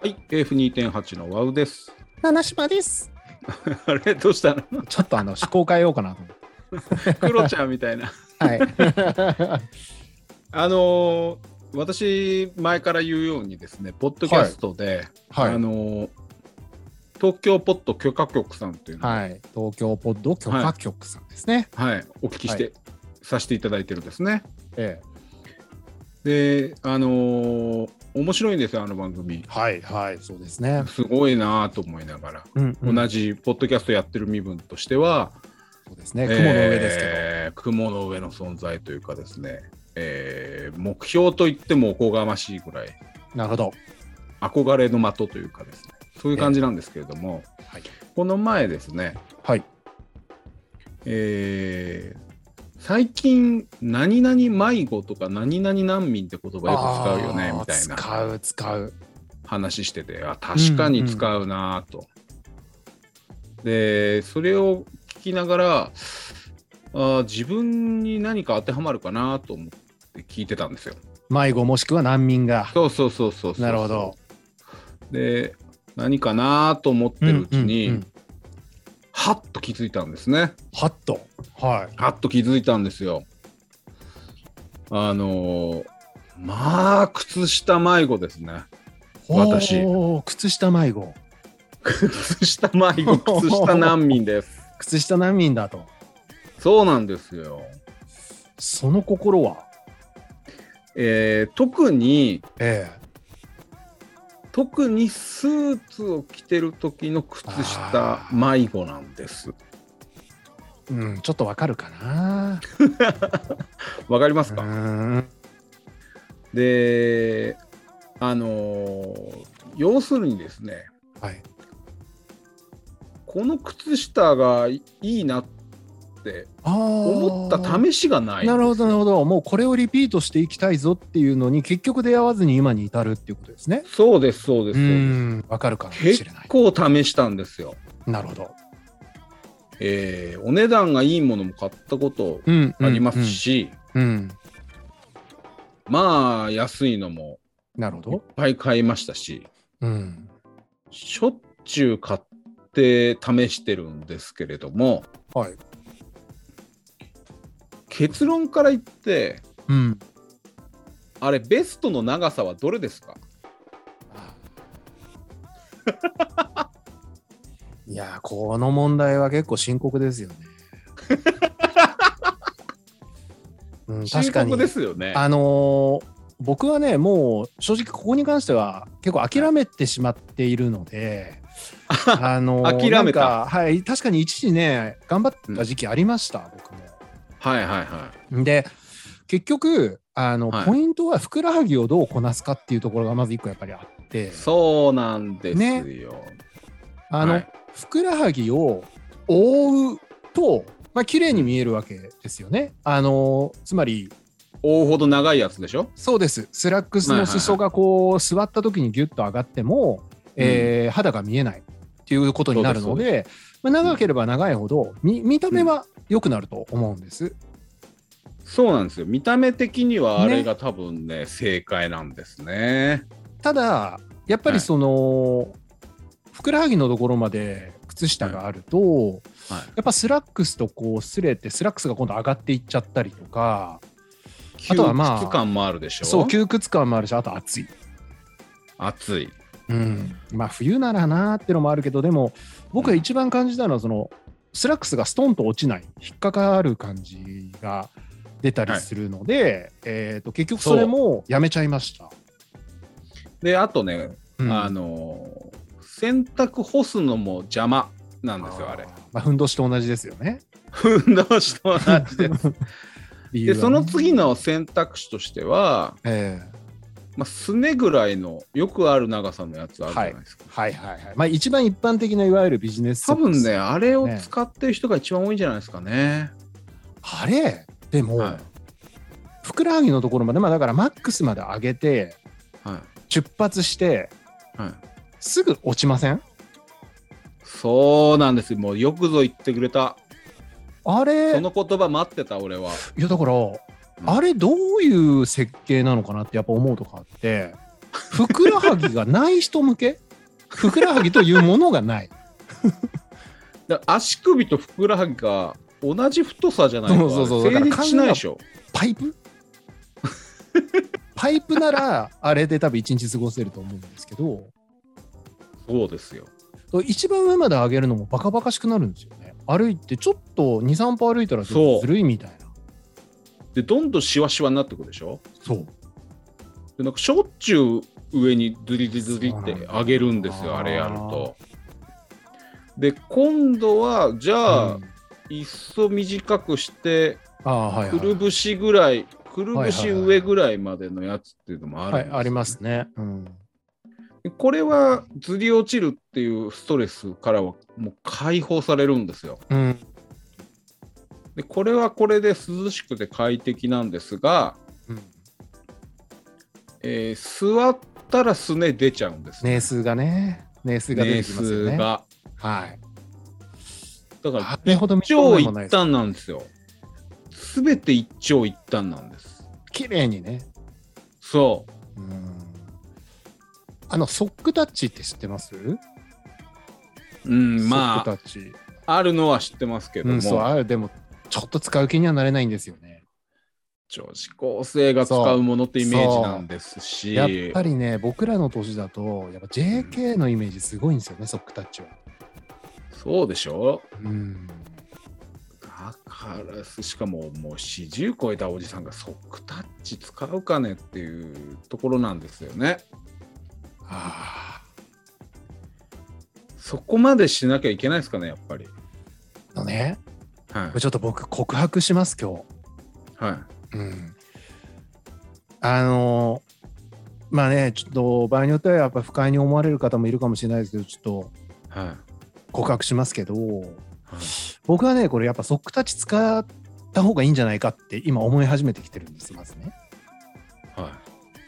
はい、F2.8 のワウです。 七島です。あれどうした のちょっとあの、思考変えようかなと思って。クロちゃんみたいな。 はい。あのー私、前から言うようにですね、ポッドキャストで、はい。あのー東京ポッド許可局さんというのを、はい。東京ポッド許可局さんですね。はいお聞きして、させていただいてるんですね。ええ。で、あのー面白いんですよ、あの番組。はい、はい。そうですね。すごいなぁと思いながら、うん、同じポッドキャストやってる身分としては、そうですね。雲の上ですけど。えー雲の上の存在というかですね、えー目標といってもおこがましいぐらいなるほど。憧れの的というかですねそういう感じなんですけれども、はい。この前ですね、はい。えー最近何々迷子とか何々難民って言葉よく使うよねみたいあー使なう、使う。話しててあ確かに使うなぁと。でそれを聞きながらあー自分に何か当てはまるかなと思って聞いてたんですよ。迷子もしくは難民が。そうそうそうそうそうなるほど。で何かなと思ってるうちに、うんうんうんはっと気づいたんですねはっと。はい。はっと気づいたんですよあのーまあ靴下迷子ですね 私おー。靴下迷子。靴下迷子靴下難民です靴下難民だと。そうなんですよその心はえー特にええ。特にスーツを着てる時の靴下あー迷子なんですうん、ちょっとわかるかな。わかりますうか、ーん。であのー要するにですねはい。この靴下がいいなって思思った試しがないなるほどなるほどもうこれをリピートしていきたいぞっていうのに結局出会わずに今に至るっていうことですねそうですそうですそうですんわかるかもし結れない構試したんですよ、なるほどえーお値段がいいものも買ったことうんありますし、うん、うんまあ安いのもなるほいっどぱい買いましたしうんしょっちゅう買って試してるんですけれどもはい結論から言ってうんあれベストの長さはどれですかいやーこの問題は結構深刻ですよ ね、うん、確か深に刻ですよねあのー僕はねもう正直ここに関しては結構諦めてしまっているので、 あの諦めーたなんかはい確かに一時ね頑張った時期ありました、僕はいはいはも。で結局あの、はいポイントはふくらはぎをどうこなすかっていうところがまず一個やっぱりあっていそうなんですよ、あの、はいふくらはぎを覆うとまあ綺麗に見えるわけですよね。あのーつまり追うほど長いやつでしょそうです。スラックスの裾がこう座った時にギュッと上がっても、えー肌が見えないっていうことになるそのうででまあ、長ければ長いほど見見た目は良くなると思うんです。そうなんですよ見た目的にはあれねが多分ね正解なんですねただやっぱはいりその、ふくらはぎのところまで靴下があると、はいやっぱスラックスとこう擦れてスラックスが今度上がっていっちゃったりとかあとはまあ窮屈感もあるでしょそう窮屈感もあるしあと暑い暑いうん、まあ冬ならなーってのもあるけどでも僕が一番感じたのはそのスラックスがストンと落ちない引っかかる感じが出たりするので、えー、と結局それもやめちゃいました。であとね、うんあの洗濯干すのも邪魔なんですよあれーまあ、ふんどしと同じですよね。運動しと同じ で理由ではねその次、の選択肢としては、えーまあ、すねぐらいのよくある長さのやつあるじゃないですか、はいはいはい。まあ一番一般的ないわゆるビジネスソ多ック分スねあれを使ってる人が一番多いんじゃないですかねあれでも、はふくらはぎのところまで、まあ、だからマックスまで上げていは出発していはいすぐ落ちませんそうなんですよもうよくぞ言ってくれたあれその言葉待ってた俺はいやだから、あれどういう設計なのかなってやっぱ思うとかあって ふくらはぎがない人向けふくらはぎというものがない。だから足首とふくらはぎが同じ太さじゃないとそうそうそう成立しないでしょ。パイプ パイプなら、あれで多分一日過ごせると思うんですけど、そうですよ。一番上まで上げるのもバカバカしくなるんですよね。歩いて、ちょっと2、3歩歩いたらずそうるいみたいな。でどんどんしわしわになってくるでしょ。そう。でなんかしょっちゅう上にズリズリズリってそうなんだ上げるんですよあーあれやると。で今度はじゃあ、うんいっそ短くしてああ、はい、はくい。るぶしぐらいくるぶはいしはいはい上ぐらいまでのやつっていうのもあるんはですい、よありますね。うん。これはずり落ちるっていうストレスからはもう解放されるんですよ。うん。でこれはこれで涼しくて快適なんですが、えー座ったらすね出ちゃうんです年数がね、年数が出てきますよ数ね。が。はい。だかあられほど一長見たことない一短なんですよ。すべて一長一短なんです。綺麗にね。そうん。あの、ソックタッチって知ってますう。うん、まソあ、ックタッチ。あるのは知ってますけどうも、ん、そう、あれでも、ちょっと使う気にはなれないんですよね。女子高生が使うものってイメージなんですし、やっぱりね、僕らの年だと、やっぱ JK のイメージすごいんですよね、ソックタッチは。そうでしょうん。だからしかももう40超えたおじさんがソックタッチ使うかねっていうところなんですよね。あそこまでしなきゃいけないですかねやっぱり。あのね、はこれちょっと僕、告白します、今い。日。はうんあのまあねちょっと場合によってはやっぱ不快に思われる方もいるかもしれないですけどちょっとい。は告白しますけどい。僕はねこれやっぱソックタッチ使った方がいいんじゃないかって今思い始めてきてるんですまずね。は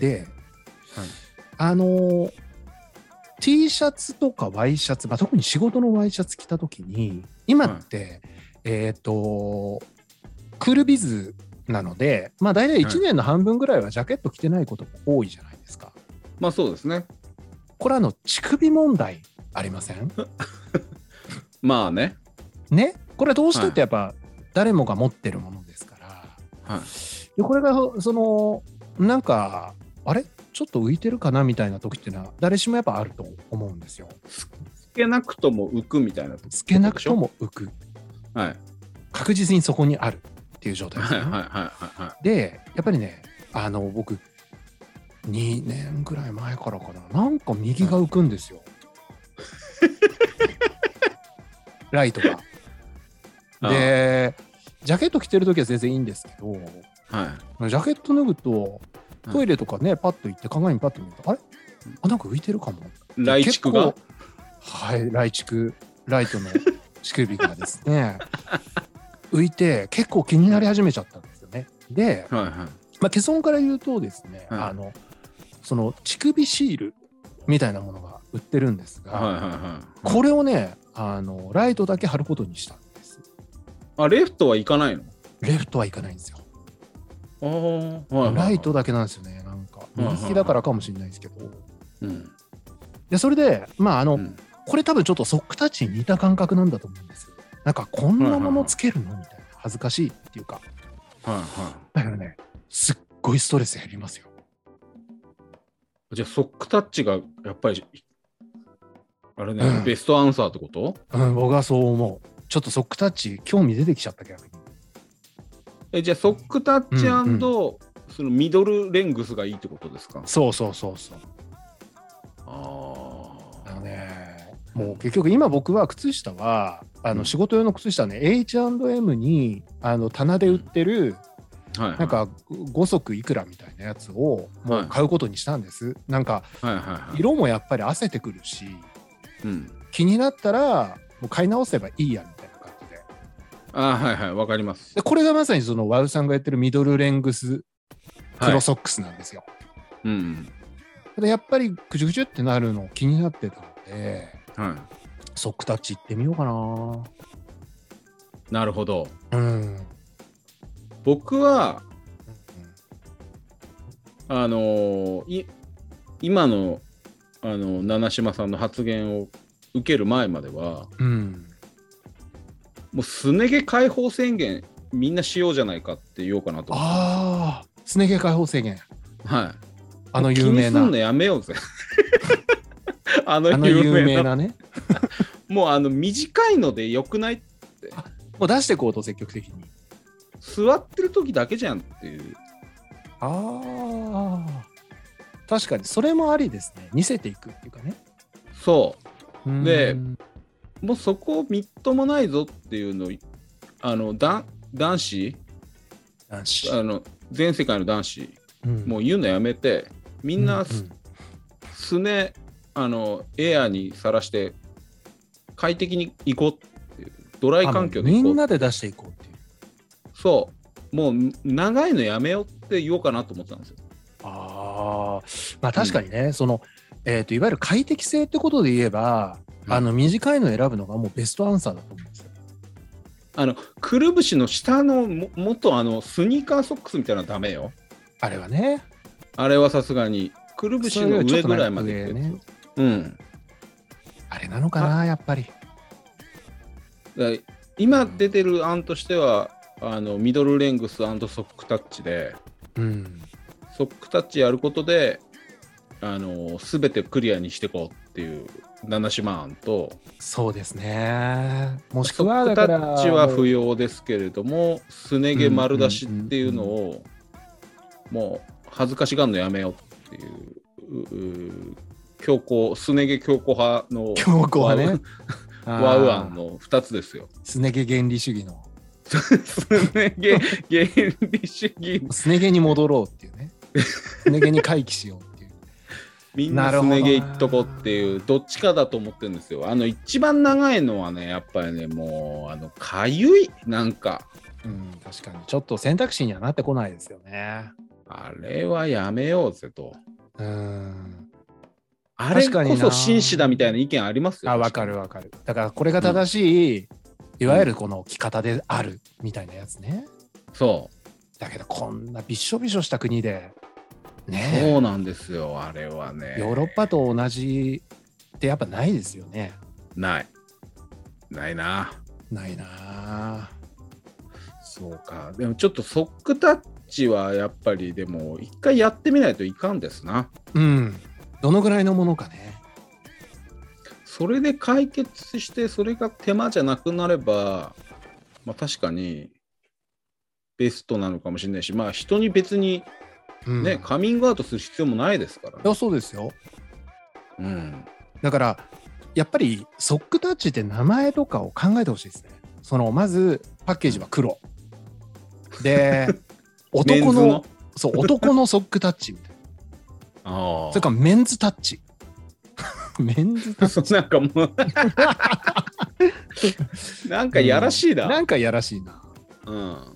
で、はいあの T シャツとかワイシャツ、まあ、特に仕事のワイシャツ着た時に今って、えっ、とクールビズなので、まあ、大体1年の半分ぐらいはジャケット着てないことも多いじゃないですか。い。まあそうですね。これあの乳首問題ありませんまあね。ねこれはどうしてっはいてやっぱ誰もが持ってるものですから。はい。でこれがそのなんかあれちょっと浮いてるかなみたいな時っていうのは誰しもやっぱあると思うんですよ。つけなくとも浮くみたいなとこつけなくとも浮くはい。確実にそこにあるっていう状態ですはいねはいはいはいはでやっぱりねあの僕2年ぐらい前からかななんか右が浮くんですよ。ライト が。い。でジャケット着てる時は全然いいんですけどあー、はい。ジャケット脱ぐとトイレとかね、パッと行って鏡にパッと見るとあれあなんか浮いてるかも来畜が結構はい雷畜ライトの乳首がです ね浮いて結構気になり始めちゃったんですよねで、はいはい。まあ、結論から言うとですね、はいあのその乳首シールみたいなものが売ってるんですが、はいはいはい。これをねあのライトだけ貼ることにしたんですあ、レフトはいかないのレフトはいかないんですよああ、はいはいはい。ライトだけなんですよねなんかうん右利きだからかもしれないですけどうん。でそれでまああの、うんこれ多分ちょっとソックタッチに似た感覚なんだと思うんですよなんかこんなものつけるのみたいな恥ずかしいっていうかはいはだからねすっごいストレス減りますよい。じゃあ、ソックタッチがやっぱり、あれね、うんベストアンサーってことうん僕はそう思うちょっとソックタッチ興味出てきちゃった逆にえじゃあ、ソックタッチうんうんそのミドルレングスがいいってことですかそうそうそうそうああのねもう結局今僕は靴下はあの仕事用の靴下はね H&M にあの棚で売ってるあ。はい、はい。なん、か5足いくらみたいなやつをもう買うことにしたんですなんかはいはいはい。色もやっぱり汗せてくるしうん、気になったらもう買い直せばいいやみたいな感じであーはいはい、わかります。でこれがまさにそのワウさんがやってるミドルレングスはい黒ソックスなんですよ、うんでやっぱりくじゅくじゅってなるの気になってたのでうん。はい。ソックタッチ行ってみようかなるほど。なうん僕は、あのーい今のあの七島さんの発言を受ける前まではうん、もうすね毛解放宣言みんなしようじゃないかって言おうかなと思ってああ、すね毛解放制限、はい、あの有名気にすなんの、やめよう ぜあのあの有有名名ななね、もうあの短いのでよくないもう出していこうと、積極的に。座ってる時だけじゃんっていうああ、確かに、それもありですね、見せていくっていうかね。そううんでもうそこみっともないぞっていうのをあのだ男子男子あの全世界の男子うんもう言うのやめてみんなす,、うねあのエアーにさらして快適に行こうっていうドライ環境であもうみ行こんなで出していこうっていう。うそうもう長いのやめようって言おうかなと思ってたんですよああ、まあ確かにね、その、えー、といわゆる快適性ってことで言えば、うんあの短いの選ぶのがもうベストアンサーだと思うんですよ。あのくるぶしの下のももっとあのスニーカーソックスみたいなのはダメよあれはね、あれはさすがにくるぶしの上ぐらいまで行くそれよりちょっと長く上やつねうんあれなのかな、やっぱり。だから今出てる案としてはあのミドルレングスソックタッチでうん。ソックタッチやることであの全てクリアにしていこうっていう七島案とそうですね。もしソくは、ックだタからッチは不要ですけれどもすね毛丸出しっていうのをもう恥ずかしがんのやめようっていううう強硬すね毛強硬派の強硬はね。ワウアンの。の2つですよ。 すね毛原理主義の。すね毛原理主義すね毛に戻ろうっていう ね。すね毛に回帰しようっていう。みんななるすほどなね毛いっとこっていうどっちかだと思ってるんですよあの一番長いのはねやっぱりねもうあのかゆいなんかうん、確かに。ちょっと選択肢にはなってこないですよね。あれはやめようぜとうん。あれ確かにこなそ紳士だみたいな意見ありますよあ、わかるわかる。だからこれが正しい、いわゆるこの着方であるみたいなやつね。そだけどこんなびっしょびしょした国で、うねそうなんですよあれはねえ、ヨーロッパと同じってやっぱないですよね。ないないなないなあそうかでもちょっとソックタッチはやっぱりでも一回やってみないといかんですなうん。どのぐらいのものかね。それで解決してそれが手間じゃなくなれば、まあ、確かにベストなのかもしれないしまあ人に別にうん、ね、カミングアウトする必要もないですからいね、やそうですよ。うん、だからやっぱりソックタッチって名前とかを考えてほしいですね。そのまずパッケージは黒。で メン男ズのそう男のソックタッチみたいな。ああそれからメンズタッチ。 メンズタ ッそうなん かもうなんかやらしいチ。なな、んかやらしいな。うんうん、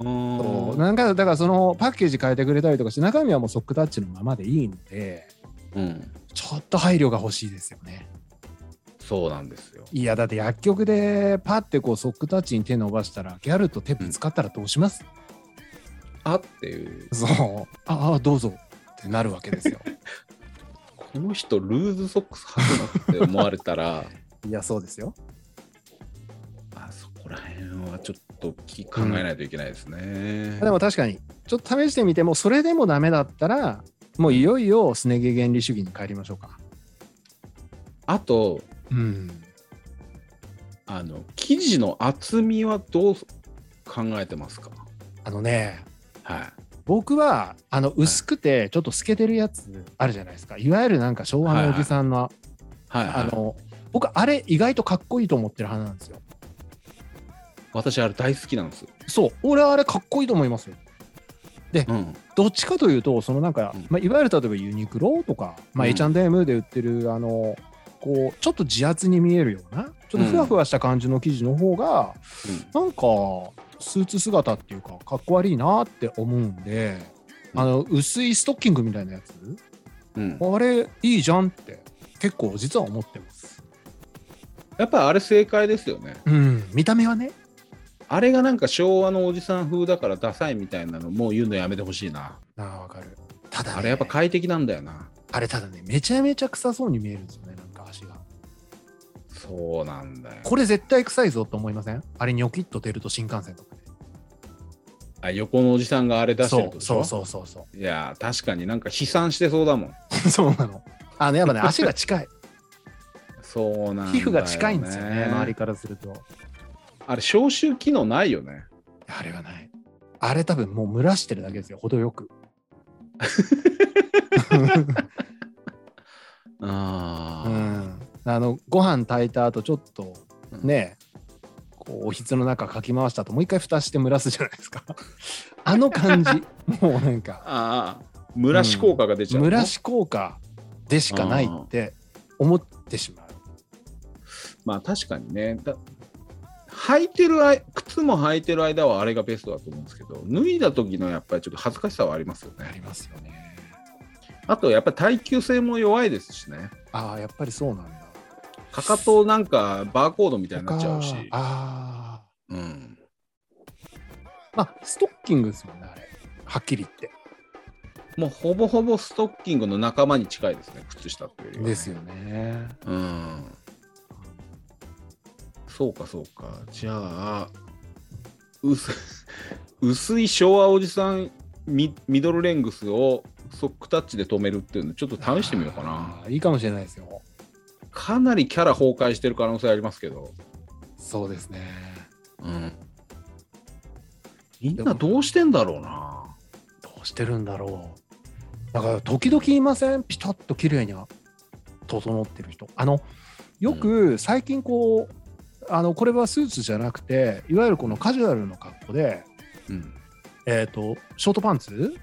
うんそうなんかだからそのパッケージ変えてくれたりとかして中身はもうソックタッチのままでいいのでうん、ちょっと配慮が欲しいですよねそうなんですよいやだって薬局でパッてこうソックタッチに手伸ばしたらギャルと手ぶつかったらどうします、あっていうそうああどうぞってなるわけですよこの人ルーズソックス履くのって思われたら いやそうですよあそこら辺はちょっとき考えないといけないですね。でも確かにちょっと試してみてもそれでもダメだったらもういよいよすね毛原理主義に帰りましょうかあとうんあの生地の厚みはどう考えてますか。あのねは僕はあの薄くてちょっと透けてるやつあるじゃないですかいわゆるなんか昭和のおじさんの、いはい、はい、あの僕あれ意外とかっこいいと思ってる派なんですよ私あれ大好きなんです。そう俺はあれかっこいいと思いますようんどっちかというとそのなんか、うんまあ、いわゆる例えばユニクロとか、まあ、うん H&M で売ってるあのこうちょっと自圧に見えるようなちょっとふわふわした感じの生地の方が、なんかスーツ姿っていうかかっこ悪いなって思うんであの薄いストッキングみたいなやつうんうん。あれいいじゃんって結構実は思ってます。やっぱあれ正解ですよね。うん、見た目はね。あれがなんか昭和のおじさん風だからダサいみたいなのもう言うのやめてほしいな。ああ、わかる。ただ、ね、あれやっぱ快適なんだよな。あれただねめちゃめちゃ臭そうに見えるんですよねなんか足がそうなんだよ。これ絶対臭いぞと思いませんあれニョキッと出ると新幹線とかであ横のおじさんがあれ出してるそとうでしそょうそうそうそいやー確かになんか悲惨してそうだもん。う そうなのあ のやっぱね足が近いそうなんだよ、ね。皮膚が近いんですよね周りからするとあれ消臭機能ないよね。あれはないあれ多分もう蒸らしてるだけですよ程よ くうあんあのご飯炊いた後ちょっとね、こうおひつの中かき回したともう一回蓋して蒸らすじゃないですか あの感じ もうなんあ。かああ。蒸らし効果が出ちゃうの、蒸らし効果でしかないって思ってしまうまあ確かにね。だ履いてるあい靴も履いてる間はあれがベストだと思うんですけど脱いだ時のやっぱりちょっと恥ずかしさはありますよあねりますよねあとやっぱり耐久性も弱いですしねああやっぱりそうなんだかかとなんかバーコードみたいになっちゃうしとかあうん、あまあストッキングですもんねあれはっきり言ってもうほぼほぼストッキングの仲間に近いですね靴下っていうよりはねですよねうんそうかそうかじゃあ薄 薄い昭和おじさんミミドルレングスをソックタッチで止めるっていうのちょっと試してみようかなあーいいかもしれないですよかなりキャラ崩壊してる可能性ありますけど、そうですねうん、みんなどうしてんだろうなどうしてるんだろう。だから時々いませんピタッと綺麗に整ってる人。あのよく最近こう、あのこれはスーツじゃなくていわゆるこのカジュアルの格好で、うんえー、とショートパンツ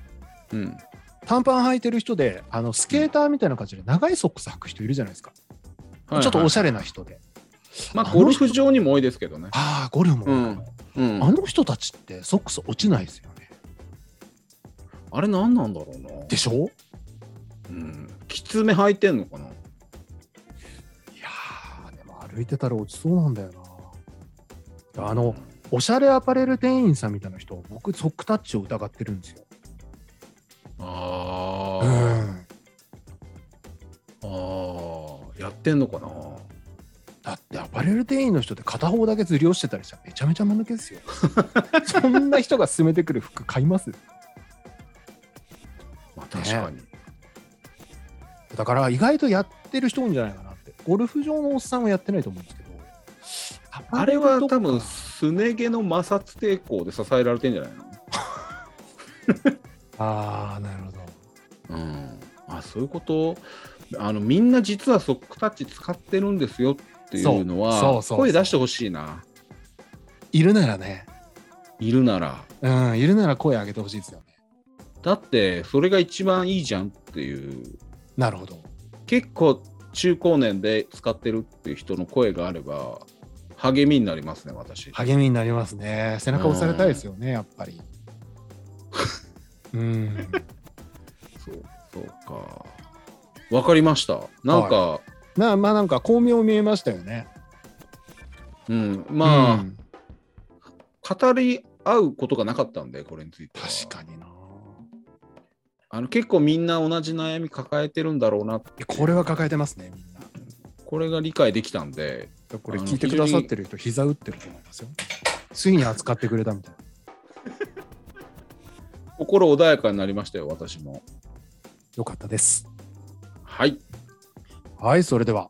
うん短パン履いてる人であのスケーターみたいな感じで長いソックス履く人いるじゃないですか、ちょっとおしゃゃれな人でまあゴルフ場にも多いですけどねああゴルフも、うんうんあの人たちってソックス落ちないですよねあれ何なんだろうなでしょうんきつめ履いてんのかないやーでも歩いてたら落ちそうなんだよなあのおしゃれアパレル店員さんみたいな人僕ソックタッチを疑ってるんですよあうあ、んああやってんのかなだってアパレル店員の人って片方だけずり落ちてたりしたらめちゃめちゃ間抜けですよ そんな人が勧めてくる服買いますまあ確かに、だから意外とやってる人多いんじゃないかなってゴルフ場のおっさんはやってないと思うんですけどあれは多分あすね毛の摩擦抵抗で支えられてんじゃないのあーなるほどうんあそういうことあのみんな実はソックタッチ使ってるんですよっていうのはそうそうそうそう声出してほしいないるならねいるならうんいるなら声上げてほしいですよねだってそれが一番いいじゃんっていうなるほど結構中高年で使ってるっていう人の声があれば励みになりますね私励みになりますね背中押されたいですよね、やっぱ りうんそうそうかわかりましたなんか、なまあなんか巧妙見えましたよねうん、まあ、うん語り合うことがなかったんで、これについては。確かになあの結構みんな同じ悩み抱えてるんだろうな、いやこれは抱えてますねみんなこれが理解できたんで、これ聞いてくださってる人膝打ってると思いますよついに扱ってくれたみたいな心穏やかになりましたよ、私も。よかったですはい。はいそれでは